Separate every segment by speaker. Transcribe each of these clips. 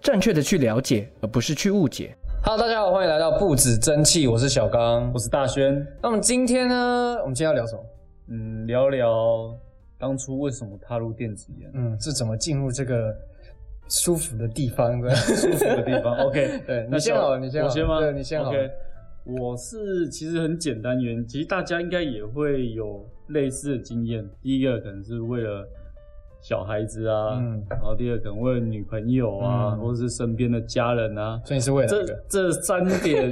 Speaker 1: 正确的去了解，而不是去误解。
Speaker 2: Hello，大家好，欢迎来到不止蒸汽，我是小刚
Speaker 3: 我。是大轩，
Speaker 2: 那我们今天呢？我们今天要聊什么？
Speaker 3: 嗯，聊聊当初为什么踏入电子烟
Speaker 2: 嗯，是怎么进入这个舒服的地方的？
Speaker 3: 舒服的地 方。OK，
Speaker 2: 对
Speaker 3: 那
Speaker 2: 你先
Speaker 3: 小
Speaker 2: 好了你先好
Speaker 3: 我先吗？
Speaker 2: 对你先好
Speaker 3: OK，我是其实很简单原因，其实大家应该也会有类似的经验。第一个可能是为了小孩子啊，
Speaker 2: 嗯
Speaker 3: 然后第二个可能为了女朋友啊，
Speaker 2: 嗯
Speaker 3: 或者是身边的家人啊，
Speaker 2: 所以你是为了
Speaker 3: 这
Speaker 2: 哪个？
Speaker 3: 这三点，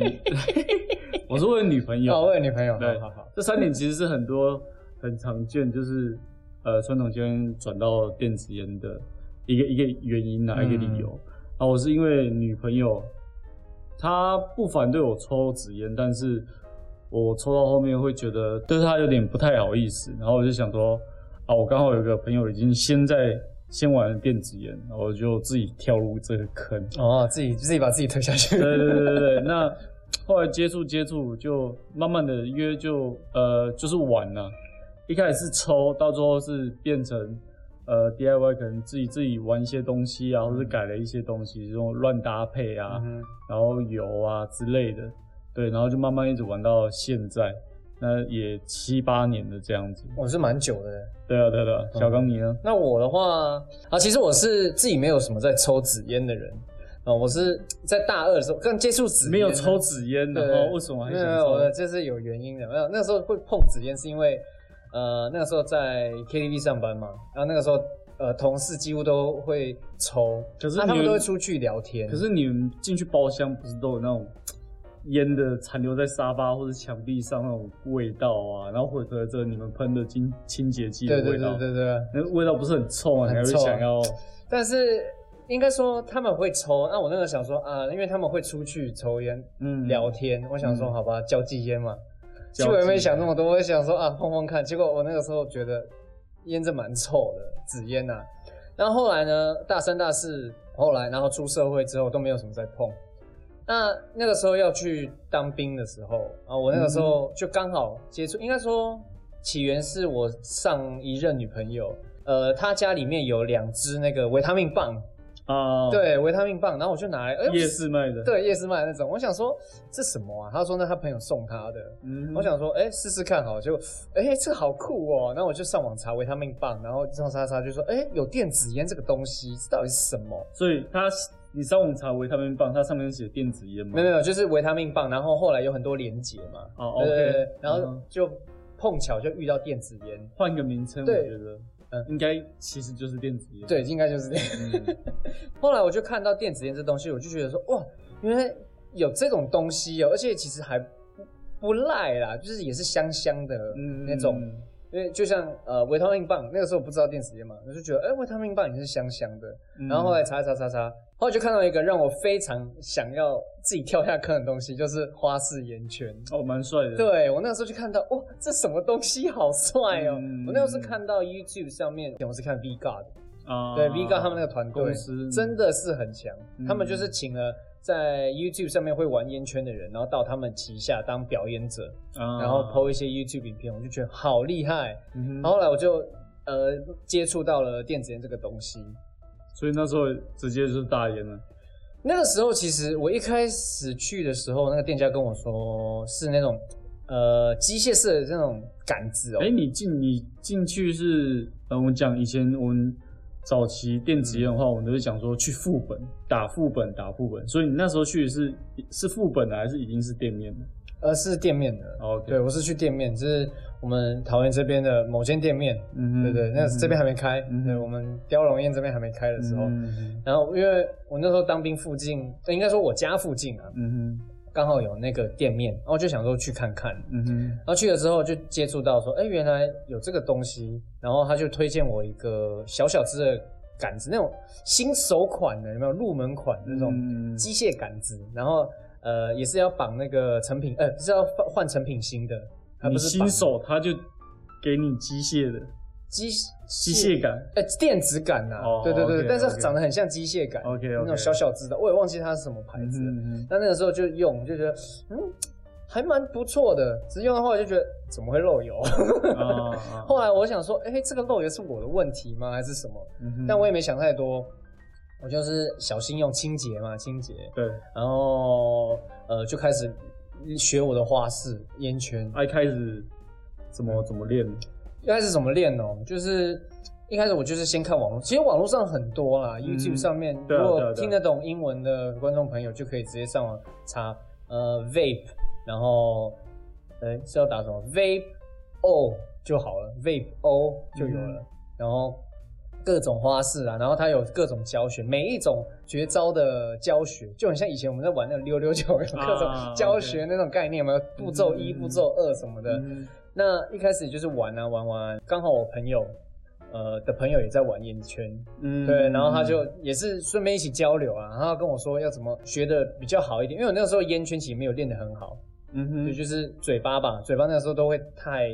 Speaker 3: 我是为了女朋友。
Speaker 2: 哦，为了女朋友。
Speaker 3: 对
Speaker 2: 好好好。
Speaker 3: 这三点其实是很多很常见，就是呃传统烟转到电子烟的一个一个原因啊，
Speaker 2: 嗯
Speaker 3: 一个理由、啊。我是因为女朋友，她不反对我抽纸烟，但是我抽到后面会觉得对她有点不太好意思，然后我就想说啊，我刚好有一个朋友已经先在先玩了电子烟，然后我就自己跳入这个坑。
Speaker 2: 哦，自己自己把自己推下去。
Speaker 3: 对对 对对对，那后来接触接触，就慢慢的约就呃就是玩了、一开始是抽，到最后是变成呃 DIY，可能自己自己玩一些东西啊，或是改了一些东西，这种乱搭配啊，
Speaker 2: 嗯哼
Speaker 3: 然后油啊之类的，对，然后就慢慢一直玩到现在，那也七八年的这样子。
Speaker 2: 我是蛮久的。
Speaker 3: 对啊对啊对啊，小刚你呢？
Speaker 2: 那我的话啊，其实我是自己没有什么在抽纸烟的人啊、我是在大二的时候刚接触纸烟，
Speaker 3: 没有抽纸烟，
Speaker 2: 对，
Speaker 3: 然后为什么还
Speaker 2: 没
Speaker 3: 想
Speaker 2: 有没有，
Speaker 3: 抽
Speaker 2: 我？这是有原因的。没有，那个时候会碰纸烟是因为，呃，那个时候在 KTV 上班嘛，然后那个时候呃，同事几乎都会抽，
Speaker 3: 可是
Speaker 2: 啊他们
Speaker 3: 你们
Speaker 2: 都会出去聊天，
Speaker 3: 可是你们进去包厢不是都有那种烟的残留在沙发或者墙壁上那种味道啊，然后混合着你们喷的清清洁剂的
Speaker 2: 对对
Speaker 3: 味
Speaker 2: 对
Speaker 3: 道，
Speaker 2: 对对，
Speaker 3: 那味道不是很臭吗？你还
Speaker 2: 很
Speaker 3: 会
Speaker 2: 臭啊
Speaker 3: 想要
Speaker 2: 但是应该说他们会抽，那我那个想说啊，因为他们会出去抽烟，
Speaker 3: 嗯
Speaker 2: 聊天，我想说
Speaker 3: 嗯
Speaker 2: 好吧，交际烟嘛，其
Speaker 3: 交
Speaker 2: 实我也没
Speaker 3: 际
Speaker 2: 想那么多，我也想说啊碰碰看，结果我那个时候觉得烟真蛮臭的，纸烟呐、然后后来呢，大三大四后来，然后出社会之后都没有什么在碰。那那个时候要去当兵的时候啊，我那个时候就刚好接触，应该说起源是我上一任女朋友，呃，她家里面有两支那个维他命棒，
Speaker 3: 啊，，
Speaker 2: 对，维他命棒，然后我就拿来，哎呦
Speaker 3: 夜市卖的，，
Speaker 2: 对夜市卖的那种，我想说这什么啊？他说那他朋友送他的，
Speaker 3: 嗯
Speaker 2: 我想说哎试试看好了，结果哎这个好酷哦，然后我就上网查维他命棒，然后上查查就说哎有电子烟这个东西，这到底是什么？
Speaker 3: 所以它你上网查维他命棒，它上面写电子烟吗？
Speaker 2: 没有没有，就是维他命棒，然后后来有很多连结嘛，
Speaker 3: 哦
Speaker 2: 对对对
Speaker 3: ，OK，，
Speaker 2: 然后
Speaker 3: 嗯
Speaker 2: 就碰巧就遇到电子烟，
Speaker 3: 换一个名称，我
Speaker 2: 对
Speaker 3: 觉得
Speaker 2: 嗯
Speaker 3: 应该其实就是电子烟，
Speaker 2: 对，应该就是这样。
Speaker 3: 嗯，
Speaker 2: 后来我就看到电子烟这东西，我就觉得说，哇，原来有这种东西哦，而且其实还不不赖啦，就是也是香香的
Speaker 3: 嗯
Speaker 2: 那种。因为就像呃维他命棒，那个时候不知道电子烟嘛，我就觉得哎维、他命棒也是香香的。
Speaker 3: 嗯
Speaker 2: 然后后来查一查查一查，后来就看到一个让我非常想要自己跳下坑的东西，就是花式烟圈。
Speaker 3: 哦，蛮帅的，，
Speaker 2: 对我那时候就看到，哇，这什么东西好帅哦！
Speaker 3: 嗯
Speaker 2: 我那时候是看到 YouTube 上面，我是看 V God
Speaker 3: 啊，
Speaker 2: 对 Vega 他们那个团队
Speaker 3: 公司
Speaker 2: 真的是很强，
Speaker 3: 嗯
Speaker 2: 他们就是请了在 YouTube 上面会玩烟圈的人，然后到他们旗下当表演者，
Speaker 3: 啊，
Speaker 2: 然后 PO 一些 YouTube 影片，我就觉得好厉害。
Speaker 3: 嗯哼
Speaker 2: 然后后来我就呃接触到了电子烟这个东西。
Speaker 3: 所以那时候直接就是大烟了。
Speaker 2: 那个时候其实我一开始去的时候，那个店家跟我说是那种呃机械式的那种杆子哦、
Speaker 3: 哎、你进你进去是，呃，我们讲以前我们早期电子烟的话，我们都是讲说去副本打副本打副本，所以你那时候去是是副本的还是已经是店面的哦
Speaker 2: 呃是店面的。
Speaker 3: ？OK，
Speaker 2: 对，我是去店面，就是我们桃园这边的某间店面，
Speaker 3: 嗯哼
Speaker 2: 对对，那这边还没开，
Speaker 3: 嗯哼
Speaker 2: 对，我们雕龙宴这边还没开的时候，
Speaker 3: 嗯哼
Speaker 2: 然后因为我那时候当兵附近，呃应该说我家附近啊，
Speaker 3: 嗯哼
Speaker 2: 刚好有那个店面，然后我就想说去看看，
Speaker 3: 嗯哼
Speaker 2: 然后去了之后就接触到说，哎，原来有这个东西，然后他就推荐我一个小小只的杆子，那种新手款的，有没有入门款那种
Speaker 3: 嗯
Speaker 2: 机械杆子，然后呃也是要绑那个成品，呃是要换换成品新的，它
Speaker 3: 你
Speaker 2: 不是绑
Speaker 3: 新手他就给你机械的
Speaker 2: 机
Speaker 3: 机械感
Speaker 2: 呃，电子杆呐、
Speaker 3: 哦
Speaker 2: 对对对
Speaker 3: OK，
Speaker 2: 但是
Speaker 3: OK
Speaker 2: 长得很像机械杆
Speaker 3: OK，OK
Speaker 2: 那种小小只的，我也忘记它是什么牌子。
Speaker 3: 嗯哼
Speaker 2: 但那个时候就用，就觉得嗯，还蛮不错的。只是用的话，我就觉得怎么会漏油？
Speaker 3: 啊啊
Speaker 2: 后来我想说，哎、这个漏油是我的问题吗？还是什么？
Speaker 3: 嗯哼
Speaker 2: 但我也没想太多。我就是小心用清洁嘛，清洁，
Speaker 3: 对，
Speaker 2: 然后呃就开始学我的花式烟圈。
Speaker 3: 啊，一开始怎么怎么练？
Speaker 2: 一开始怎么练哦？就是一开始我就是先看网络，其实网络上很多啦、y o u t u b e 上面
Speaker 3: 对啊
Speaker 2: 如
Speaker 3: 对啊
Speaker 2: 果
Speaker 3: 对啊
Speaker 2: 听得懂英文的观众朋友，就可以直接上网查呃 vape，然后哎是要打什么 vape o 就好了，vape o 就有
Speaker 3: 嗯
Speaker 2: 了，然后各种花式啊，然后它有各种教学，每一种绝招的教学，就很像以前我们在玩那个溜溜球，有各
Speaker 3: 啊
Speaker 2: 种教学那种概念嘛，有步骤一、
Speaker 3: 嗯
Speaker 2: 步骤二什么的。
Speaker 3: 嗯
Speaker 2: 那一开始就是玩啊玩玩，刚好我朋友，呃的朋友也在玩烟圈，
Speaker 3: 嗯
Speaker 2: 对，然后他就也是顺便一起交流啊，然后他跟我说要怎么学的比较好一点，因为我那个时候烟圈其实没有练得很好，
Speaker 3: 嗯
Speaker 2: 对，
Speaker 3: 哼，
Speaker 2: 就是嘴巴吧，嘴巴那个时候都会太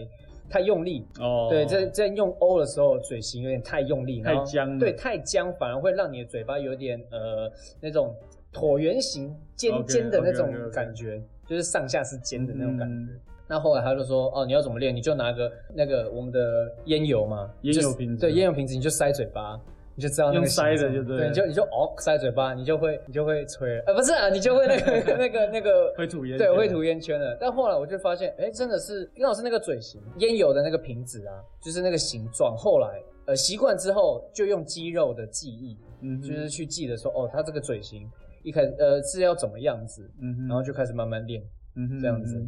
Speaker 2: 太用力，
Speaker 3: 哦
Speaker 2: 对，在在用欧的时候嘴型有点太用力，然后
Speaker 3: 太僵了
Speaker 2: 对，太僵反而会让你的嘴巴有点呃那种椭圆形尖
Speaker 3: OK，
Speaker 2: 尖的那种
Speaker 3: OK，OK，OK
Speaker 2: 感觉，就是上下是尖的那种感觉。
Speaker 3: 嗯
Speaker 2: 那后来他就说，哦，你要怎么练？你就拿个那个我们的烟油嘛，
Speaker 3: 烟油
Speaker 2: 就是
Speaker 3: 瓶子
Speaker 2: 对，烟油瓶子你就塞嘴巴，你就知道那个
Speaker 3: 用塞的
Speaker 2: 形状
Speaker 3: 就对了
Speaker 2: 对，你就你就哦塞嘴巴，你就会你就会吹了，呃，不是啊，你就会那 个那个那个。
Speaker 3: 会吐烟，
Speaker 2: 对，会吐。烟圈的。但后来我就发现，哎，真的是林老师那个嘴型，烟油的那个瓶子啊，就是那个形状。后来，呃，习惯之后就用肌肉的记忆，
Speaker 3: 嗯哼，
Speaker 2: 就是去记得说，哦，他这个嘴型一开始呃是要怎么样子，
Speaker 3: 嗯哼，
Speaker 2: 然后就开始慢慢练。
Speaker 3: 嗯哼
Speaker 2: 这样子，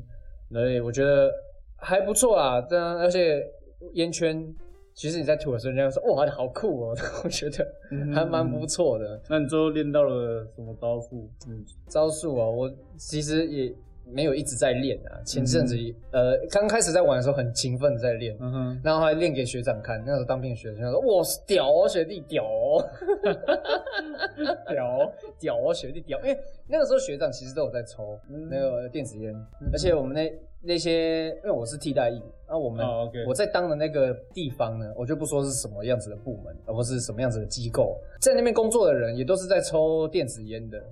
Speaker 2: 所以我觉得还不错啦。这样，而且烟圈，其实你在吐的时候，人家说哇，你好酷哦、 我觉得
Speaker 3: 嗯哼
Speaker 2: 还蛮不。错的
Speaker 3: 那你最后练到了什么招数？嗯，
Speaker 2: 招数哦、我其实也没有一直在练啊，前阵子、呃刚开始在玩的时候很勤奋的在练。
Speaker 3: 嗯哼，
Speaker 2: 然后还练给学长看，那时候当兵的学长说：“哇，屌哦，学弟屌哦，
Speaker 3: 屌哦，
Speaker 2: 屌哦，学弟屌！”因为那个时候学长其实都有在抽那个电子烟，而且我们那那些，因为我是替代役，那、我们
Speaker 3: 哦，OK，
Speaker 2: 我在当的那个地方呢，我就不说是什么样子的部门，而不是什么样子的机构，在那边工作的人也都是在抽电子烟的，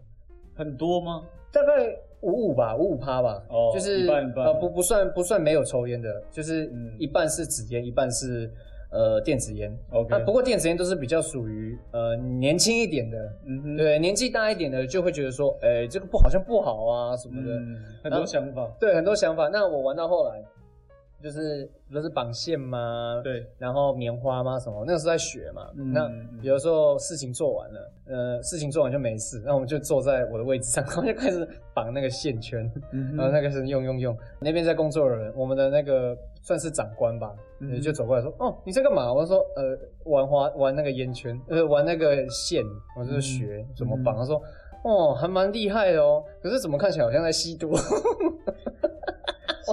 Speaker 3: 很多吗？
Speaker 2: 大概五五吧，五五趴吧，
Speaker 3: 哦
Speaker 2: 就是
Speaker 3: 一半一半
Speaker 2: 呃不不算不算没有抽烟的，就是
Speaker 3: 嗯
Speaker 2: 一半是纸烟，一半是呃电子烟。
Speaker 3: OK，
Speaker 2: 那、不过电子烟都是比较属于呃年轻一点的，
Speaker 3: 嗯哼，
Speaker 2: 对，年纪大一点的就会觉得说，哎、这个不好像不好啊什么的，
Speaker 3: 嗯，很多想法，
Speaker 2: 对，很多想法。那我玩到后来。就是不是绑线吗？
Speaker 3: 对，
Speaker 2: 然后棉花吗？什么？那个时候在学嘛。
Speaker 3: 嗯
Speaker 2: 那有时候事情做完了，呃，事情做完就没事，那我们就坐在我的位置上， 然后就开始绑那个线圈，
Speaker 3: 嗯
Speaker 2: 然后那个是用用用。那边在工作的人，我们的那个算是长官吧，
Speaker 3: 嗯
Speaker 2: 就走过来说：“哦，你在干嘛？”我就说：“呃，玩花玩那个烟圈， 呃，玩那个线，我就学怎么绑。
Speaker 3: 嗯
Speaker 2: 他说：“哦，还蛮厉害的哦，可是怎么看起来好像在吸毒？”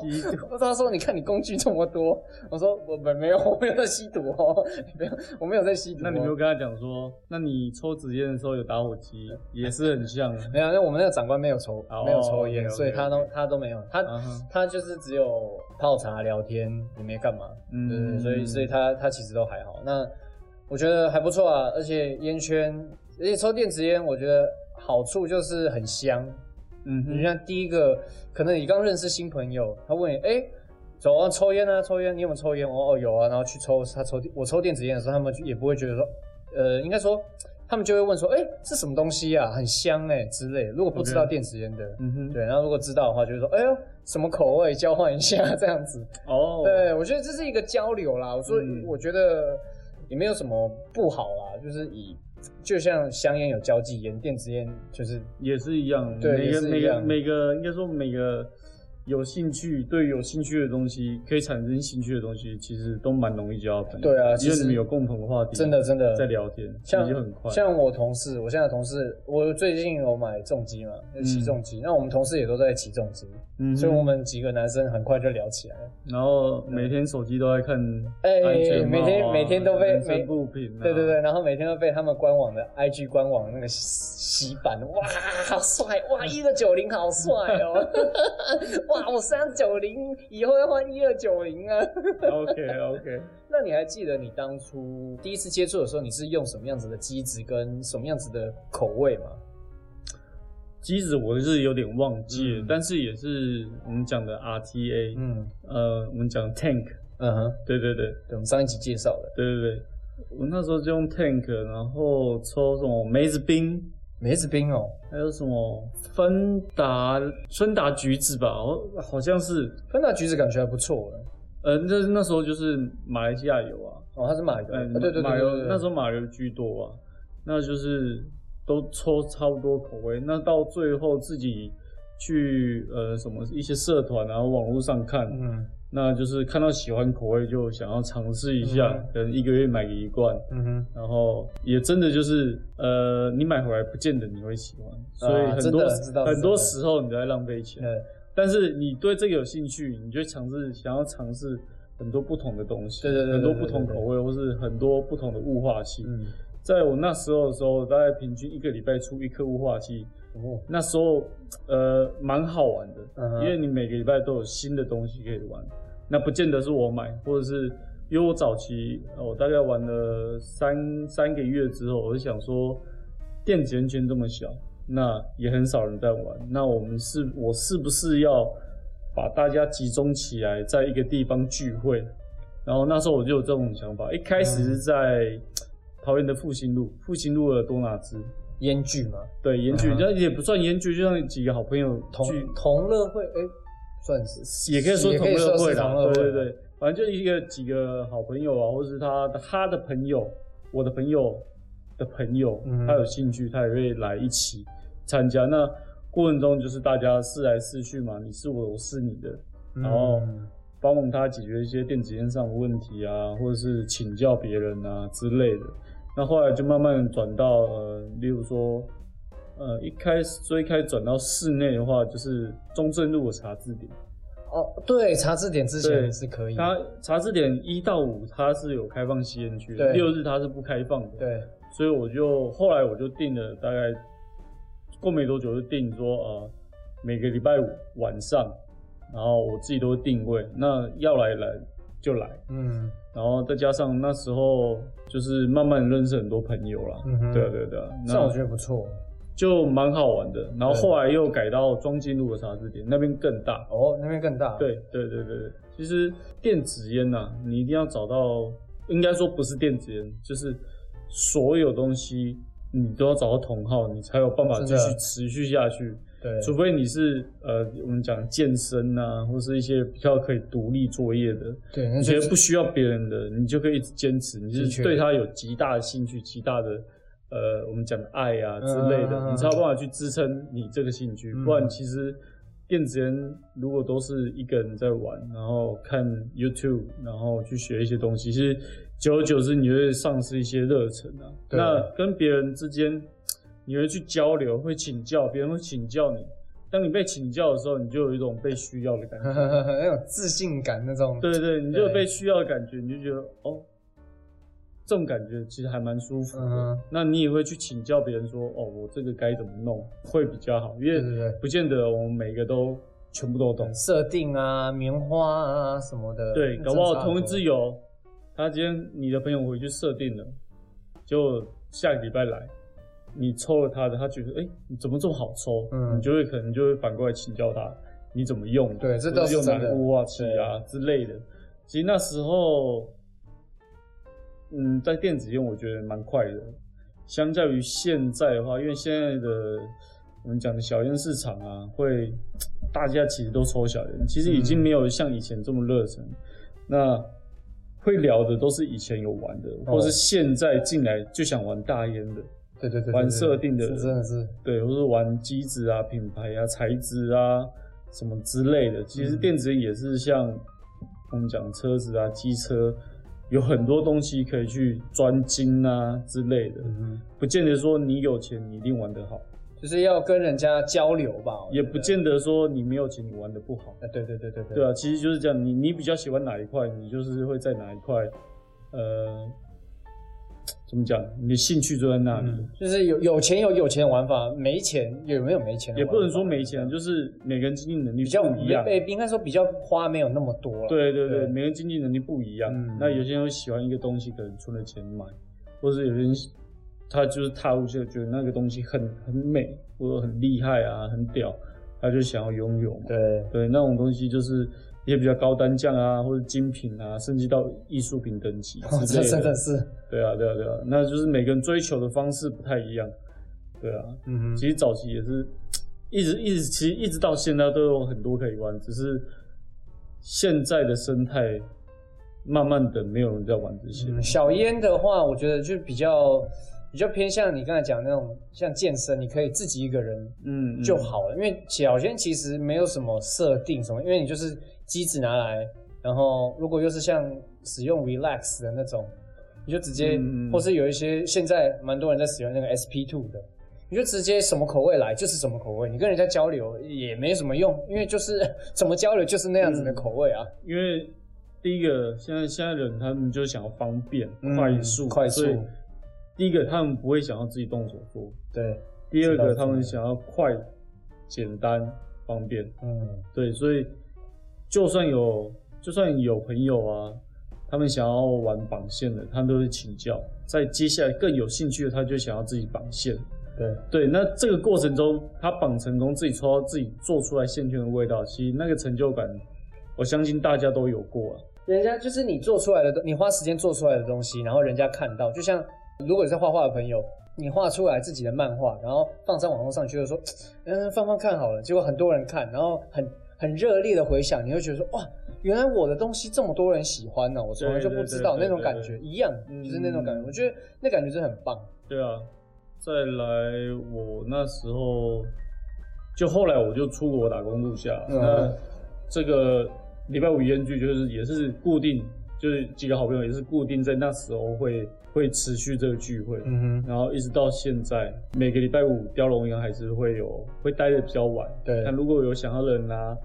Speaker 3: 吸毒，
Speaker 2: 他说：“你看你工具这么多。”我说：“我们没有，我没有在吸毒哦，没有，我没有在吸毒、哦。”
Speaker 3: 那你没有跟他讲说，那你抽纸烟的时候有打火机，也是很 像。
Speaker 2: 没有？那我们那个长官没有抽，
Speaker 3: 哦
Speaker 2: 没有抽烟，
Speaker 3: OK，OK，
Speaker 2: 所以他都
Speaker 3: OK
Speaker 2: 他都没有，他、
Speaker 3: 啊哈
Speaker 2: 他就是只有泡茶聊天，也没干嘛。
Speaker 3: 嗯
Speaker 2: 对对，所以所以他他其实都还好。那我觉得还不错啊，而且烟圈，而且抽电子烟，我觉得好处就是很香，
Speaker 3: 嗯
Speaker 2: 你
Speaker 3: 哼，
Speaker 2: 像第一个，可能你刚认识新朋友，他问你，哎、走啊，抽烟啊，抽烟，你有没有抽烟？我哦有啊，然后去抽，他抽我抽电子烟的时候，他们就也不会觉得说，呃，应该说他们就会问说，哎、是什么东西啊？很香哎、之类的。如果不知道
Speaker 3: OK
Speaker 2: 电子烟的
Speaker 3: 嗯哼，
Speaker 2: 对，然后如果知道的话，就会说，哎呦，什么口味，交换一下这样子。
Speaker 3: 哦，
Speaker 2: 对，我觉得这是一个交流啦，所以
Speaker 3: 嗯
Speaker 2: 我觉得也没有什么不好啦，就是以就像香烟有交际烟，电子烟就是
Speaker 3: 也是一样，
Speaker 2: 对
Speaker 3: 每
Speaker 2: 也
Speaker 3: 个
Speaker 2: 是
Speaker 3: 每
Speaker 2: 一
Speaker 3: 个
Speaker 2: 样
Speaker 3: 每个应该说每个有兴趣对有兴趣的东西，可以产生兴趣的东西，其实都蛮容易交到朋友。
Speaker 2: 对啊
Speaker 3: 因
Speaker 2: 其
Speaker 3: 为
Speaker 2: 实
Speaker 3: 你们有共同的话题，
Speaker 2: 真的真的
Speaker 3: 在聊天，
Speaker 2: 像
Speaker 3: 你就很快。
Speaker 2: 像我同事，我现在的同事，我最近有买重机嘛，就骑重机。那我们同事也都在骑重机，
Speaker 3: 嗯嗯哼
Speaker 2: 所以我们几个男生很快就聊起来了。
Speaker 3: 然后每天手机都在看
Speaker 2: 哎
Speaker 3: 安全帽啊，
Speaker 2: 每天每天都被
Speaker 3: 人身
Speaker 2: 每
Speaker 3: 物品啊，
Speaker 2: 对对对，然后每天都被他们官网的 IG 官网那个洗洗版，哇，好帅，哇，一二九零好帅哦， 哇，我三九零以后要换一二九零啊。
Speaker 3: ，OK OK，
Speaker 2: 那你还记得你当初第一次接触的时候，你是用什么样子的机子跟什么样子的口味吗？
Speaker 3: 机子我是有点忘记了，
Speaker 2: 嗯
Speaker 3: 但是也是我们讲的 RTA，、
Speaker 2: 嗯
Speaker 3: 呃，我们讲 Tank，
Speaker 2: 嗯哼，
Speaker 3: 对对对
Speaker 2: 对，我们上一集介绍的，
Speaker 3: 对对对，我那时候就用 Tank，然后抽什么梅子冰，
Speaker 2: 梅子冰哦，
Speaker 3: 还有什么芬达芬达橘子吧，我好像是，
Speaker 2: 芬达橘子感觉还不错哦了。
Speaker 3: 呃，那那时候就是马来西亚有啊，
Speaker 2: 哦，它是马油，
Speaker 3: 呃
Speaker 2: 啊对对对
Speaker 3: 马
Speaker 2: 对
Speaker 3: 油
Speaker 2: 对，
Speaker 3: 那时
Speaker 2: 候
Speaker 3: 候马油居多啊，那就是都抽差不多口味，那到最后自己去呃什么一些社团然后网络上看，
Speaker 2: 嗯
Speaker 3: 那就是看到喜欢口味就想要尝试一下，
Speaker 2: 嗯
Speaker 3: 可能一个月买个一罐，
Speaker 2: 嗯哼，
Speaker 3: 然后也真的就是，呃，你买回来不见得你会喜欢，所以很多、
Speaker 2: 啊真的知道
Speaker 3: 很
Speaker 2: 知道
Speaker 3: 多时候你都在浪费钱。
Speaker 2: 对
Speaker 3: 但是你对这个有兴趣，你就尝试想要尝试很多不同的东西，
Speaker 2: 对对对对
Speaker 3: 很多
Speaker 2: 对
Speaker 3: 不
Speaker 2: 对
Speaker 3: 同
Speaker 2: 对
Speaker 3: 口味或是很多不同的雾化器。
Speaker 2: 嗯，
Speaker 3: 在我那时候的时候，大概平均一个礼拜出一颗雾化器，
Speaker 2: 哦，
Speaker 3: 那时候呃蛮好玩的，
Speaker 2: 嗯哼
Speaker 3: 因为你每个礼拜都有新的东西可以玩，那不见得是我买，或者是因为我早期呃我大概玩了三三个月之后，我就想说电子烟圈这么小，那也很少人在玩，那我们是我是不是要把大家集中起来，在一个地方聚会？然后那时候我就有这种想法，一开始
Speaker 2: 嗯
Speaker 3: 是在桃园的复兴路，复兴路的多纳兹，
Speaker 2: 烟具嘛，
Speaker 3: 对，研剧，
Speaker 2: 嗯
Speaker 3: 那、也不算研剧，就像几个好朋友聚
Speaker 2: 同，同乐会，哎，算是
Speaker 3: 也可以说
Speaker 2: 也可
Speaker 3: 同
Speaker 2: 以
Speaker 3: 乐
Speaker 2: 说
Speaker 3: 会
Speaker 2: 是
Speaker 3: 啦
Speaker 2: 同乐，会
Speaker 3: 对对对，反正就一个几个好朋友啊，或是他的他的朋友，我的朋友的朋友，
Speaker 2: 嗯
Speaker 3: 他有兴趣，他也会来一起参加。那过程中就是大家试来试去嘛，你是我，我是你的，然后
Speaker 2: 嗯
Speaker 3: 帮忙他解决一些电子烟上的问题啊，或者是请教别人啊之类的。那后来就慢慢转到呃，例如说，呃，一开始最开始转到室内的话，就是中正路的查字典，
Speaker 2: 哦，对，查字典之
Speaker 3: 对
Speaker 2: 前是可以的，
Speaker 3: 它查字典一到五它是有开放吸烟区的，
Speaker 2: 对
Speaker 3: 六日它是不开放的。
Speaker 2: 对，
Speaker 3: 所以我就后来我就定了，大概过没多久就定说，呃，每个礼拜五晚上，然后我自己都会定位，那要来来就来，
Speaker 2: 嗯
Speaker 3: 然后再加上那时候就是慢慢认识很多朋友啦，
Speaker 2: 嗯哼
Speaker 3: 对啊对啊对啊，
Speaker 2: 这样我觉
Speaker 3: 那
Speaker 2: 得不错。
Speaker 3: 就蛮好玩的。然后后来又改到庄敬路的茶字典，那边更大。
Speaker 2: 哦，那边更大。，
Speaker 3: 对对对对对，其实电子烟呐、你一定要找到，应该说不是电子烟，就是所有东西你都要找到同号，你才有办法
Speaker 2: 真
Speaker 3: 继
Speaker 2: 的
Speaker 3: 续持续下去。
Speaker 2: 对，
Speaker 3: 除非你是呃，我们讲健身啊，或是一些比较可以独立作业的，
Speaker 2: 对，那
Speaker 3: 你觉
Speaker 2: 就
Speaker 3: 得不需要别人的，你就可以一直坚持，你
Speaker 2: 的
Speaker 3: 是
Speaker 2: 确
Speaker 3: 对他有极大的兴趣、极大的呃，我们讲的爱啊之类
Speaker 2: 嗯嗯嗯
Speaker 3: 的，
Speaker 2: 嗯
Speaker 3: 你才有办法去支撑你这个兴趣。
Speaker 2: 嗯
Speaker 3: 不然其实电子烟如果都是一个人在玩，然后看 YouTube，然后去学一些东西，其实久而久之你会丧失一些热忱啊。
Speaker 2: 对
Speaker 3: 那跟别人之间，你会去交流，会请教，别人会请教你。当你被请教的时候，你就有一种被需要的感觉。
Speaker 2: 那种自信感那种。
Speaker 3: 对对，你就有
Speaker 2: 对
Speaker 3: 被需要的感觉，你就觉得哦，这种感觉其实还蛮舒服的。
Speaker 2: 嗯
Speaker 3: 那你也会去请教别人说，哦，我这个该怎么弄会比较好，因
Speaker 2: 对对
Speaker 3: 为
Speaker 2: 对，
Speaker 3: 不见得我们每个都全部都懂。
Speaker 2: 设定啊，棉花啊什么的。
Speaker 3: 对，
Speaker 2: 那
Speaker 3: 搞
Speaker 2: 真
Speaker 3: 不
Speaker 2: 差
Speaker 3: 好
Speaker 2: 很
Speaker 3: 同一
Speaker 2: 多
Speaker 3: 支油，他今天你的朋友回去设定了，就下个礼拜来，你抽了他的，他觉得哎、你怎么这么好抽？
Speaker 2: 嗯
Speaker 3: 你就会可能就会反过来请教他，你怎么用的？
Speaker 2: 对这
Speaker 3: 或
Speaker 2: 倒
Speaker 3: 者
Speaker 2: 是
Speaker 3: 用哪
Speaker 2: 真
Speaker 3: 个
Speaker 2: 的
Speaker 3: 雾化器啊之类的。其实那时候，嗯，在电子烟我觉得蛮快的，相较于现在的话，因为现在的我们讲的小烟市场啊，会大家其实都抽小烟，其实已经
Speaker 2: 嗯
Speaker 3: 没有像以前这么热忱。那会聊的都是以前有玩的，
Speaker 2: 哦
Speaker 3: 或是现在进来就想玩大烟的，
Speaker 2: 对对对对
Speaker 3: 玩
Speaker 2: 对
Speaker 3: 设定的
Speaker 2: 是真的是
Speaker 3: 对，或是玩机子啊、品牌啊、材质啊什么之类的。其实
Speaker 2: 嗯
Speaker 3: 电子烟也是像我们讲车子啊、机车，有很多东西可以去专精啊之类的，
Speaker 2: 嗯
Speaker 3: 不见得说你有钱你一定玩得好，
Speaker 2: 就是要跟人家交流吧，我
Speaker 3: 也
Speaker 2: 觉
Speaker 3: 不
Speaker 2: 得
Speaker 3: 见得说你没有钱你玩得不好。
Speaker 2: 啊，对对对对
Speaker 3: 对啊，其实就是这样，你你比较喜欢哪一块，你就是会在哪一块，呃，怎么讲，你的兴趣就在那里。
Speaker 2: 嗯，就是有有钱有有钱的玩法，没钱有没有没钱的
Speaker 3: 也
Speaker 2: 玩法
Speaker 3: 不能说没钱，就是每个人经济能力
Speaker 2: 比较
Speaker 3: 不一样。
Speaker 2: 没应该说比较花没有那么多了。
Speaker 3: 对对对，
Speaker 2: 对
Speaker 3: 每个人经济能力不一样。
Speaker 2: 嗯
Speaker 3: 那有些人会喜欢一个东西，可能存了钱买，或者有些人他就是踏入这个，觉得那个东西很很美，或者很厉害啊，很屌，他就想要拥有嘛。
Speaker 2: 对
Speaker 3: 对，那种东西就是一些比较高单价啊，或者精品啊，甚至到艺术品等级
Speaker 2: 哦，
Speaker 3: 之
Speaker 2: 这
Speaker 3: 类
Speaker 2: 真的
Speaker 3: 的。
Speaker 2: 是，
Speaker 3: 对啊，对啊，对啊，那就是每个人追求的方式不太一样。对啊，
Speaker 2: 嗯
Speaker 3: 其实早期也是一直一直，其实一直到现在都有很多可以玩，只是现在的生态慢慢的没有人在玩这些。
Speaker 2: 嗯，小烟的话，我觉得就比较比较偏向你刚才讲那种，像健身，你可以自己一个人
Speaker 3: 嗯，嗯
Speaker 2: 就。好了，因为小烟其实没有什么设定什么，因为你就是机子拿来，然后如果又是像使用 relax 的那种，你就直接，
Speaker 3: 嗯嗯
Speaker 2: 或是有一些现在蛮多人在使用那个 SP two 的。你就直接什么口味来就是什么口味，你跟人家交流也没什么用，因为就是 怎么交流就是那样子的
Speaker 3: 嗯
Speaker 2: 口味啊。
Speaker 3: 因为第一个，现在现在人他们就想要方便、
Speaker 2: 嗯
Speaker 3: 快速、
Speaker 2: 快速
Speaker 3: 所以第一个，他们不会想要自己动手做；
Speaker 2: 对，
Speaker 3: 第二
Speaker 2: 知道
Speaker 3: 个，
Speaker 2: 知道
Speaker 3: 他们想要快、简单、方便。
Speaker 2: 嗯，
Speaker 3: 对，所以就算有就算有朋友啊，他们想要玩绑线的，他们都会请教。在接下来更有兴趣的，他就想要自己绑线。
Speaker 2: 对，
Speaker 3: 对，那这个过程中，他绑成功，自己抽到自己做出来线圈的味道，其实那个成就感，我相信大家都有过啊。
Speaker 2: 人家就是你做出来的东，你花时间做出来的东西，然后人家看到，就像如果你是画画的朋友，你画出来自己的漫画，然后放上网络上去，就说，嗯，放放看好了，结果很多人看，然后很很热烈的回响，你会觉得说，哇，原来我的东西这么多人喜欢呢、我从来就不知道
Speaker 3: 对对对
Speaker 2: 那种感觉
Speaker 3: 对
Speaker 2: 一样，
Speaker 3: 嗯
Speaker 2: 就是那种感觉，我觉得那感觉真的很棒。
Speaker 3: 对啊，再来我那时候，就后来我就出国打工度假，
Speaker 2: 嗯
Speaker 3: 那这个礼拜五烟聚就是也是固定，就是几个好朋友也是固定在那时候会会持续这个聚会，
Speaker 2: 嗯哼，
Speaker 3: 然后一直到现在，每个礼拜五雕龙岩还是会有会待的比较晚，
Speaker 2: 对
Speaker 3: 但如果有想要人啊。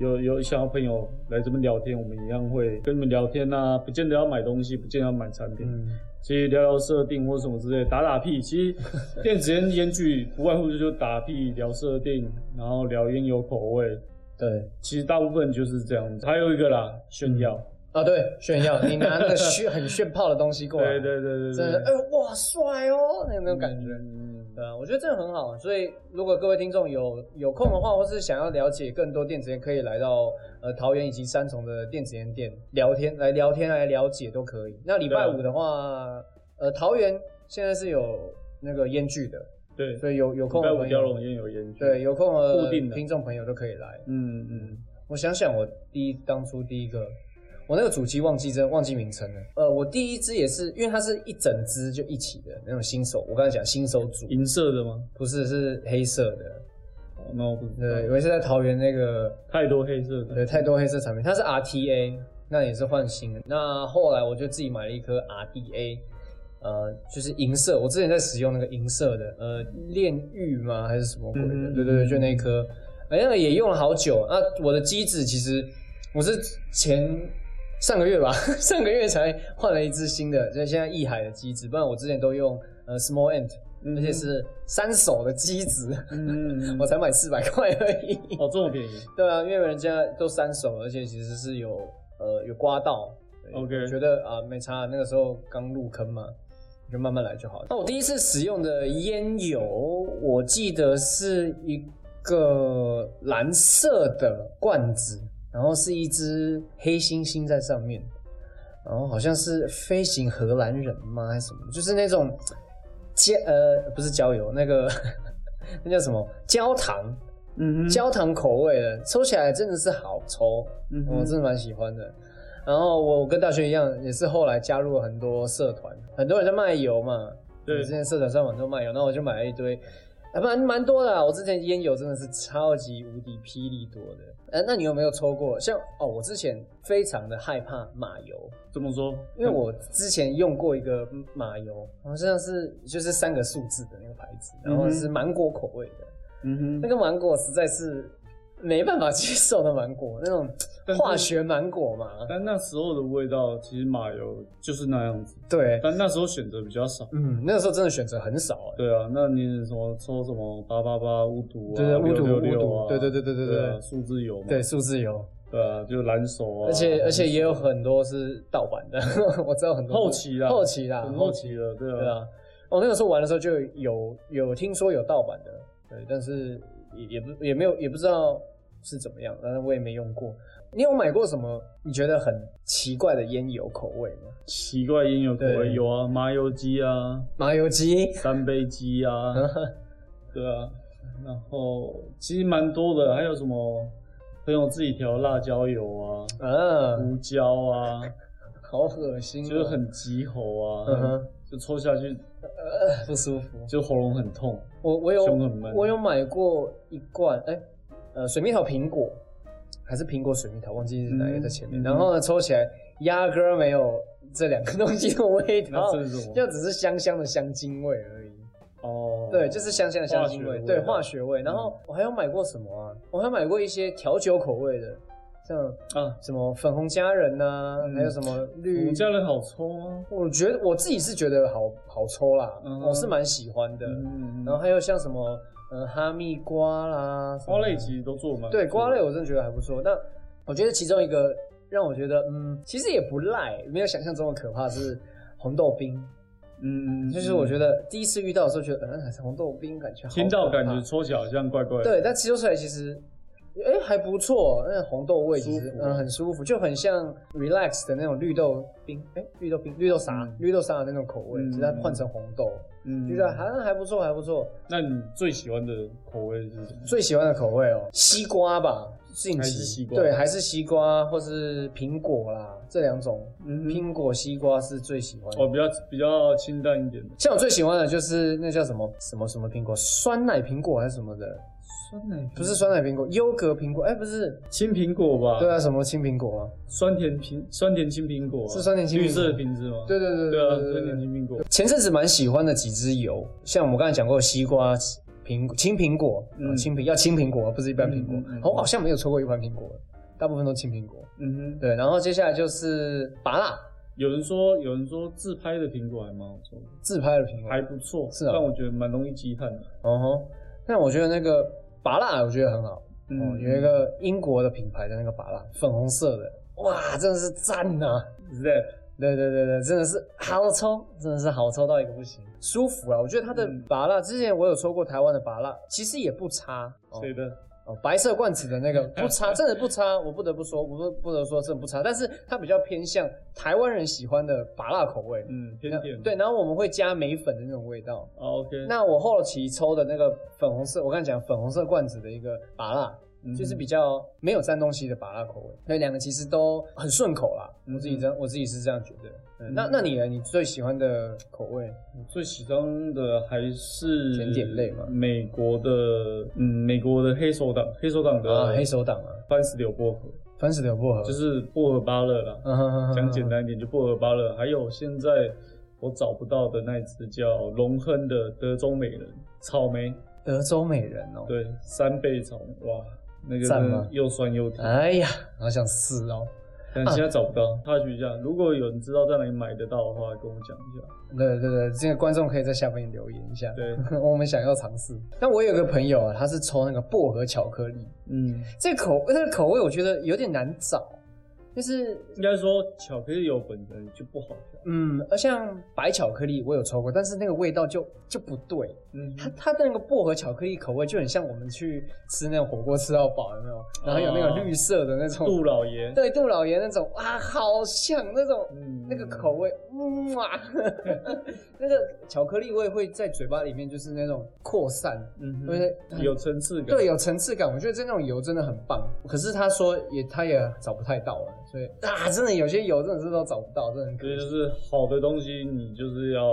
Speaker 3: 有有想要朋友来这边聊天，我们一样会跟你们聊天啊，不见得要买东西，不见得要买产品，
Speaker 2: 嗯，
Speaker 3: 其实聊聊设定或什么之类，打打屁。其 实电子烟烟具不外乎就打屁、聊设定，然后聊烟油口味。
Speaker 2: 对，
Speaker 3: 其实大部分就是这样子。还有一个啦，炫耀。
Speaker 2: 啊对，炫耀，你拿那个炫很炫炮的东西过来，
Speaker 3: 对对对对
Speaker 2: 真
Speaker 3: 对，
Speaker 2: 的，哎、哇，帅哦，那种感觉。
Speaker 3: 嗯
Speaker 2: 对啊，我觉得这个很好。所以如果各位听众有有空的话，或是想要了解更多电子烟，可以来到呃桃园以及三重的电子烟店聊天，来聊天来了解都可以。那礼拜
Speaker 3: 对啊
Speaker 2: 五的话，呃，桃园现在是有那个烟具的，
Speaker 3: 对，
Speaker 2: 所以有有
Speaker 3: 礼
Speaker 2: 空
Speaker 3: 拜
Speaker 2: 的
Speaker 3: 五
Speaker 2: 朋
Speaker 3: 雕
Speaker 2: 友，
Speaker 3: 龙烟有烟具。
Speaker 2: 对，有空
Speaker 3: 固
Speaker 2: 的
Speaker 3: 定的
Speaker 2: 听众朋友都可以来。
Speaker 3: 嗯嗯，
Speaker 2: 我想想，我第一当初第一个，我那个主机忘记真忘记名称了。呃，我第一支也是，因为它是一整支就一起的那种新手，我刚才讲新手组，
Speaker 3: 银色的吗？
Speaker 2: 不是是黑色的。
Speaker 3: 哦那我不知
Speaker 2: 对，
Speaker 3: 道，
Speaker 2: 有一次在桃园那个，
Speaker 3: 太多黑色的。
Speaker 2: 对，太多黑色产品，它是 RTA，那也是换新的。那后来我就自己买了一颗 RDA，呃，就是银色，我之前在使用那个银色的，呃，炼狱吗还是什么鬼的？
Speaker 3: 嗯
Speaker 2: 对对对，就那一颗，哎、那个也用了好久啊。我的机子其实我是前上个月吧， 上个月才换了一只新的，就是现在益海的机子，不然我之前都用呃 Small End，
Speaker 3: 嗯
Speaker 2: 而且是三手的机子。
Speaker 3: 嗯嗯嗯
Speaker 2: 我才买四百块而已。
Speaker 3: 哦，这么便宜。
Speaker 2: 对啊，因为人家都三手，而且其实是有呃有刮到。对
Speaker 3: OK
Speaker 2: 我觉得啊没差，那个时候刚入坑嘛，就慢慢来就好。那我第一次使用的烟油，我记得是一个蓝色的罐子，然后是一只黑猩猩在上面，然后好像是飞行荷兰人吗还是什么，就是那种焦呃不是焦油那个 那叫什么焦糖，
Speaker 3: 嗯哼，
Speaker 2: 焦糖口味的，抽起来真的是好抽，
Speaker 3: 嗯
Speaker 2: 我真
Speaker 3: 哼，
Speaker 2: 的蛮喜欢的。然后我跟大学一样，也是后来加入了很多社团，很多人在卖油嘛。
Speaker 3: 对
Speaker 2: 我之前社团上很多卖油，那我就买了一堆，还蛮蛮多的、啊。我之前烟油真的是超级无敌霹雳多的。呃，那你有没有抽过？像哦，我之前非常的害怕马油，
Speaker 3: 这么说，
Speaker 2: 因为我之前用过一个马油，好像是就是三个数字的那个牌子，然后是芒果口味的。
Speaker 3: 嗯
Speaker 2: 那
Speaker 3: 哼，
Speaker 2: 个芒果实在是没办法接受的芒果，那种
Speaker 3: 但是
Speaker 2: 化学芒果嘛。
Speaker 3: 但那时候的味道其实马油就是那样子，
Speaker 2: 对，
Speaker 3: 但那时候选择比较少。
Speaker 2: 嗯，那个时候真的选择很少、欸。
Speaker 3: 对啊，那你什么抽什么八八八巫毒啊，
Speaker 2: 对对，巫毒巫
Speaker 3: 666
Speaker 2: 毒
Speaker 3: 啊，，
Speaker 2: 对对对对对
Speaker 3: 对啊，
Speaker 2: 对
Speaker 3: 数字油嘛，
Speaker 2: 对，数字油，
Speaker 3: 对啊，就蓝手啊，
Speaker 2: 而且而且也有很多是盗版的， 我知道很多
Speaker 3: 后期啦，
Speaker 2: 后期啦，
Speaker 3: 很后期了，对
Speaker 2: 对
Speaker 3: 啊，
Speaker 2: 啊，我、那个时候玩的时候就有有听说有盗版的，对，但是也也不也没有也不知道是怎么样，但是我也没用过。你有买过什么你觉得很奇怪的烟油口味吗？
Speaker 3: 奇怪烟油口味
Speaker 2: 对
Speaker 3: 有啊，麻油鸡啊，
Speaker 2: 麻油鸡，
Speaker 3: 三杯鸡 啊，对啊，然后其实蛮多的，还有什么朋友自己调的辣椒油啊，
Speaker 2: 嗯，
Speaker 3: 胡椒啊，
Speaker 2: 好恶心、哦，
Speaker 3: 就是很急喉
Speaker 2: 嗯
Speaker 3: 啊，
Speaker 2: 哼，
Speaker 3: 就抽下去
Speaker 2: 呃，不舒服。
Speaker 3: 就喉咙很痛，
Speaker 2: 我我有
Speaker 3: 胸很闷
Speaker 2: 我有买过一罐，哎、呃，水蜜桃苹果还是苹果水蜜桃，忘记是哪个在前面。
Speaker 3: 嗯嗯
Speaker 2: 然后呢，抽起来压根儿没有这两个东西的味
Speaker 3: 那
Speaker 2: 道，
Speaker 3: 这是什么？
Speaker 2: 就只是香香的香精味而已。
Speaker 3: 哦，
Speaker 2: 对，就是香香的香精味，
Speaker 3: 化学味啊嗯
Speaker 2: 对，
Speaker 3: 道
Speaker 2: 化学味。然后我还有买过什么啊？我还买过一些调酒口味的，像
Speaker 3: 啊，
Speaker 2: 什么粉红佳人呐、
Speaker 3: 嗯
Speaker 2: 还有什么绿
Speaker 3: 我。家人好抽啊，
Speaker 2: 我觉得我自己是觉得好好抽啦，
Speaker 3: 嗯
Speaker 2: 我是蛮喜欢的。
Speaker 3: 嗯
Speaker 2: 然后还有像什么呃哈密瓜啦，什么
Speaker 3: 瓜类其实都做得蛮
Speaker 2: 对瓜类
Speaker 3: 有
Speaker 2: 我真的觉得还不错。但我觉得其中一个让我觉得嗯，其实也不赖，没有想象中的可怕是红豆冰。
Speaker 3: 嗯，
Speaker 2: 就是我觉
Speaker 3: 得
Speaker 2: 得第一次遇到的时候觉得嗯红豆冰感觉好
Speaker 3: 听到
Speaker 2: 可怕
Speaker 3: 感觉抽起来好像怪怪的，
Speaker 2: 对，但吃出来其实。哎、还不错，那红豆味其实
Speaker 3: 舒服
Speaker 2: 嗯很舒服，就很像 relax 的那种绿豆冰，哎、绿豆冰、绿豆沙、
Speaker 3: 嗯
Speaker 2: 绿豆沙的那种口味，
Speaker 3: 嗯
Speaker 2: 只是它换成红豆，
Speaker 3: 嗯
Speaker 2: 觉得啊还还不错，还不错。
Speaker 3: 那你最喜欢的口味是什么？
Speaker 2: 最喜欢的口味哦、西瓜吧，近
Speaker 3: 还
Speaker 2: 期
Speaker 3: 是西瓜
Speaker 2: 对，还是西瓜或是苹果啦，这两种，
Speaker 3: 嗯哼
Speaker 2: 苹果、西瓜是最喜欢的。
Speaker 3: 哦，比较比较清淡一点的
Speaker 2: 像我最喜欢的就是那叫什么什么什么苹果，酸奶苹果还是什么的，
Speaker 3: 酸奶
Speaker 2: 不是酸奶苹果，优格苹果，哎、不是，
Speaker 3: 青苹果吧？
Speaker 2: 对啊，什么青苹果啊？
Speaker 3: 酸甜苹酸甜青苹果啊
Speaker 2: 是酸甜青苹果
Speaker 3: 绿色的瓶子吗？
Speaker 2: 对对对
Speaker 3: 对啊，
Speaker 2: 对对
Speaker 3: 酸甜
Speaker 2: 对。
Speaker 3: 青苹果，
Speaker 2: 前阵子蛮喜欢的几支油，像我们刚才讲过西瓜、苹果青苹果，
Speaker 3: 嗯
Speaker 2: 啊青苹要青苹果，不是一般苹果
Speaker 3: 嗯嗯嗯嗯。
Speaker 2: 我好像没有抽过一般苹果，大部分都青苹果。
Speaker 3: 嗯哼，
Speaker 2: 对，然后接下来就是拔蜡
Speaker 3: 有人说有人说自拍的苹果还蛮好吃的，
Speaker 2: 自拍的苹果。
Speaker 3: 还不错，
Speaker 2: 哦是啊
Speaker 3: 但我觉得蛮容易积碳的。
Speaker 2: 哦吼，但我觉得那个拔蜡我觉得很好，哦，
Speaker 3: 嗯
Speaker 2: 有一个英国的品牌的那个拔蜡，粉红色的，哇，真的是赞呐、
Speaker 3: Zep，
Speaker 2: 对对对对，真的是好抽，真的是好抽到一个不行，舒服啊！我觉得它的
Speaker 3: 嗯
Speaker 2: 拔蜡，之前我有抽过台湾的拔蜡，其实也不差哦
Speaker 3: 谁的？
Speaker 2: 哦，白色罐子的那 个不差，真的不差，我不得不说，我不不得不说真的不差，但是它比较偏向台湾人喜欢的拔蜡口味，
Speaker 3: 嗯，
Speaker 2: 那
Speaker 3: 偏甜。
Speaker 2: 对，然后我们会加梅粉的那种味道。
Speaker 3: 啊，OK，
Speaker 2: 那我后期抽的那个粉红色，我刚才讲粉红色罐子的一个拔蜡，
Speaker 3: 嗯哼
Speaker 2: 就是比较没有沾东西的拔辣口味，那两个其实都很顺口啦。
Speaker 3: 嗯
Speaker 2: 我自己这样，我自己是这样觉得。对
Speaker 3: 嗯
Speaker 2: 那那你呢？你最喜欢的口味？
Speaker 3: 我最喜欢的还是
Speaker 2: 甜点类嘛
Speaker 3: 美国的，嗯，美国的黑手党，黑手党
Speaker 2: 啊，
Speaker 3: 的
Speaker 2: 黑手党啊，
Speaker 3: 番石榴薄荷，
Speaker 2: 番石榴薄荷，
Speaker 3: 呃就是薄荷芭乐啦。
Speaker 2: 嗯
Speaker 3: 讲简，单一点，就薄荷芭乐。还有现在我找不到的那一只叫龙亨的德州美人草莓，
Speaker 2: 德州美人哦。
Speaker 3: 对，三倍草莓，哇，那个
Speaker 2: 赞
Speaker 3: 真的
Speaker 2: 吗
Speaker 3: 又酸又甜。
Speaker 2: 哎呀，好想试哦。
Speaker 3: 但现在找不到，发掘一下。如果有人知道在哪里买得到的话，跟我讲一下。
Speaker 2: 对对对，这个观众可以在下面留言一下，
Speaker 3: 对，
Speaker 2: 我们想要尝试。但我有个朋友啊，他是抽那个薄荷巧克力，
Speaker 3: 嗯，
Speaker 2: 这个口这个口味我觉得有点难找，就是
Speaker 3: 应该说巧克力油本身就不好调。
Speaker 2: 嗯，而像白巧克力我有抽过，但是那个味道就就不对，
Speaker 3: 嗯哼
Speaker 2: 它它的那个薄荷巧克力口味就很像我们去吃那种火锅吃到饱，有没有？然后有那个绿色的那种，
Speaker 3: 哦杜老爷，
Speaker 2: 对，杜老爷那种，哇，好像那种
Speaker 3: 嗯
Speaker 2: 那个口味，嗯 哇，那个巧克力味会在嘴巴里面就是那种扩散，
Speaker 3: 嗯
Speaker 2: 因为
Speaker 3: 哼，有层次感。
Speaker 2: 对，有层次感。我觉得这种油真的很棒，可是他说也他也找不太到了，所以啊，真的有些油真的是都找不到，真的很可
Speaker 3: 所以就是好的东西，你就是要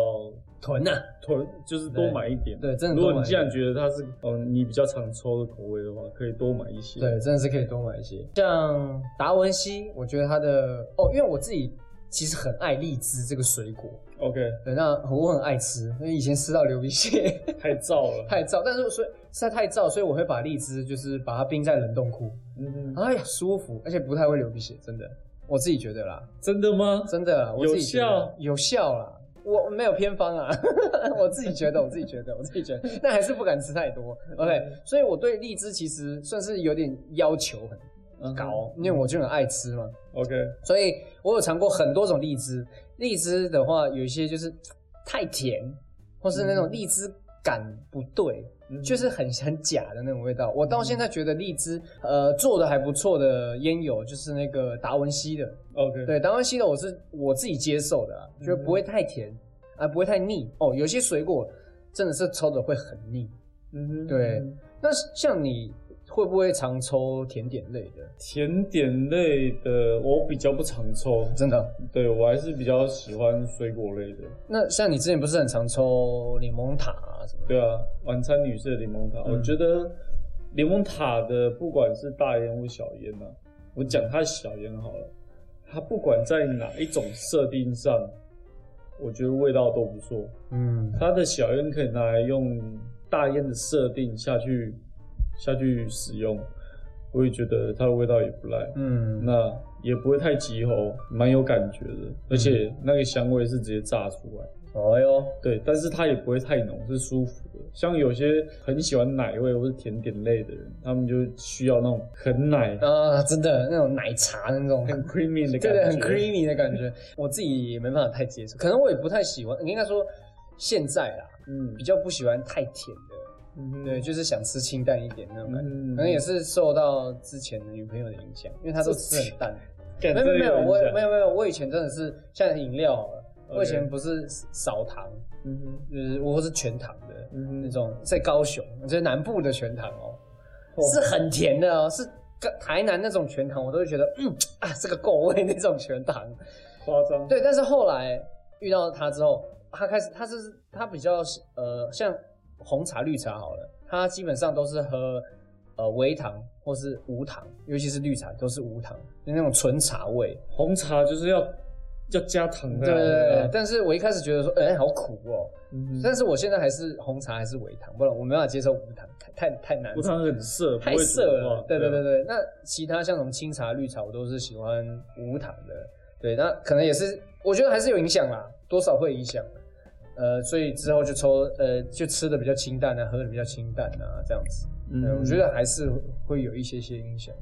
Speaker 2: 囤呐、
Speaker 3: 囤，就是多
Speaker 2: 对
Speaker 3: 买一点。
Speaker 2: 对，真的
Speaker 3: 如
Speaker 2: 多
Speaker 3: 果
Speaker 2: 买一
Speaker 3: 你既
Speaker 2: 些。
Speaker 3: 然觉得它是呃你比较常抽的口味的话，可以多买一些。
Speaker 2: 对，，真的是可以多买一些。像达文西，我觉得它的哦，因为我自己其实很爱荔枝这个水果，
Speaker 3: OK，
Speaker 2: 对，那我很爱吃，因为以前吃到流鼻血，
Speaker 3: 太燥了。
Speaker 2: 太燥，但是所以实在太燥，所以我会把荔枝就是把它冰在冷冻库，
Speaker 3: 嗯哼，
Speaker 2: 哎呀舒服，而且不太会流鼻血，真的，我自己觉得啦。
Speaker 3: 真的吗？
Speaker 2: 真的啦，我自己觉得
Speaker 3: 有效
Speaker 2: 有效啦。我没有偏方啊， 我自己觉得，我自己觉得，我自己觉得，但还是不敢吃太多。OK，所以
Speaker 3: 嗯
Speaker 2: 我对荔枝其实算是有点要求很
Speaker 3: 嗯哼
Speaker 2: 高，因为我就很爱吃嘛，
Speaker 3: OK，
Speaker 2: 所以我有尝过很多种
Speaker 3: 嗯
Speaker 2: 荔枝。荔枝的话，有一些就是太甜，或是那种荔枝感不对，就是很很假的那种味道。我到现在觉得荔枝，呃，做的还不错的烟油，就是那个达文西的，
Speaker 3: OK，
Speaker 2: 对，达文西的我是我自己接受的、啊，觉得不
Speaker 3: 嗯
Speaker 2: 会太甜，啊、不会太腻。哦，有些水果真的是抽的会很腻。
Speaker 3: 嗯哼
Speaker 2: 对那像你会不会常抽甜点类的？
Speaker 3: 甜点类的我比较不常抽，
Speaker 2: 真的？
Speaker 3: 对我还是比较喜欢水果类的。
Speaker 2: 那像你之前不是很常抽柠檬塔啊什么的？
Speaker 3: 对啊，晚餐女士的柠檬塔，
Speaker 2: 嗯
Speaker 3: 我觉得柠檬塔的不管是大烟或小烟啊，我讲它小烟好了，它不管在哪一种设定上，我觉得味道都不错。
Speaker 2: 嗯，
Speaker 3: 它的小烟可以拿来用大烟的设定下去下去使用，我也觉得它的味道也不赖，
Speaker 2: 嗯，
Speaker 3: 那也不会太急喉，蛮有感觉的，而且那个香味是直接炸出来。
Speaker 2: 哦哟，
Speaker 3: 对，但是它也不会太浓，是舒服的。像有些很喜欢奶味或是甜点类的人，他们就需要那种很奶、
Speaker 2: 啊，真的那种奶茶那种，
Speaker 3: 很 creamy 的
Speaker 2: 对对，
Speaker 3: 感觉，
Speaker 2: 很 creamy 的感觉， 我自己也没办法太接受，可能我也不太喜欢，应该说现在啦，
Speaker 3: 嗯
Speaker 2: 比较不喜欢太甜的，
Speaker 3: 嗯，
Speaker 2: 对，就是想吃清淡一点那种感觉。
Speaker 3: 嗯
Speaker 2: 可能也是受到之前的女朋友的影响，因为她都吃很淡。
Speaker 3: 感
Speaker 2: 没有没有，我没
Speaker 3: 有，
Speaker 2: 有没有，我以前真的是像饮料好了，我以
Speaker 3: OK
Speaker 2: 前不是少糖，
Speaker 3: 嗯哼
Speaker 2: 就是我是全糖的，
Speaker 3: 嗯哼
Speaker 2: 那种在高雄，就是南部的全糖哦、
Speaker 3: 哦
Speaker 2: 是很甜的哦、是跟台南那种全糖，我都会觉得嗯啊这个够味那种全 糖。
Speaker 3: 夸张，
Speaker 2: 对，但是后来遇到他之后，他开始他是他比较呃像红茶绿茶好了，他基本上都是喝呃微糖或是无糖，尤其是绿茶都是无糖，就那种纯茶味。
Speaker 3: 红茶就是要要加糖的，
Speaker 2: 对
Speaker 3: 啊
Speaker 2: 对对，，但是我一开始觉得说，哎、好苦哦、
Speaker 3: 嗯哼
Speaker 2: 但是我现在还是红茶还是微糖，不然我没办法接受无糖，太太太难
Speaker 3: 无糖很涩，不
Speaker 2: 太
Speaker 3: 会
Speaker 2: 涩
Speaker 3: 煮的
Speaker 2: 了
Speaker 3: 话。
Speaker 2: 对对对
Speaker 3: 啊
Speaker 2: 对，那其他像什么清茶、绿茶，我都是喜欢无糖的。对，那可能也是，我觉得还是有影响啦，多少会影响。呃，所以之后就抽，呃，就吃的比较清淡啊，喝的比较清淡啊，这样子。对，
Speaker 3: 嗯
Speaker 2: 我觉，得还是会有一些些影响。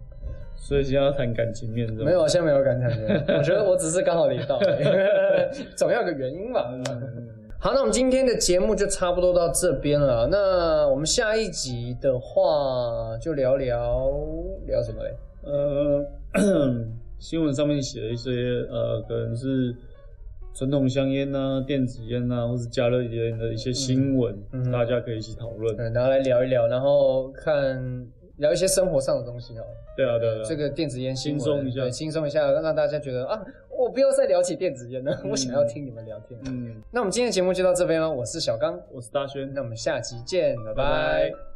Speaker 3: 所以今天要谈感情面，
Speaker 2: 没，有，现在没有感慨的，我觉得我只是刚好雷到而已， 总要有个原因嘛。
Speaker 3: 嗯
Speaker 2: 好，那我们今天的节目就差不多到这边了。那我们下一集的话，就聊聊聊什么嘞？
Speaker 3: 呃， 新闻上面写了一些呃，可能是传统香烟呐、电子烟呐、或是加热烟的一些新闻，
Speaker 2: 嗯嗯
Speaker 3: 大家可以一起讨论。
Speaker 2: 嗯，然后来聊一聊，然后看聊一些生活上的东西哦。
Speaker 3: 对啊，对啊，对啊
Speaker 2: 这个电子烟新闻
Speaker 3: 轻松一下
Speaker 2: 对轻松一下，让大家觉得啊，我不要再聊起电子烟了，
Speaker 3: 嗯
Speaker 2: 我想要听你们聊天。
Speaker 3: 嗯，
Speaker 2: 那我们今天的节目就到这边哦，我是小刚，
Speaker 3: 我是大轩
Speaker 2: 那，我们下集见，拜
Speaker 3: 拜
Speaker 2: 拜
Speaker 3: 拜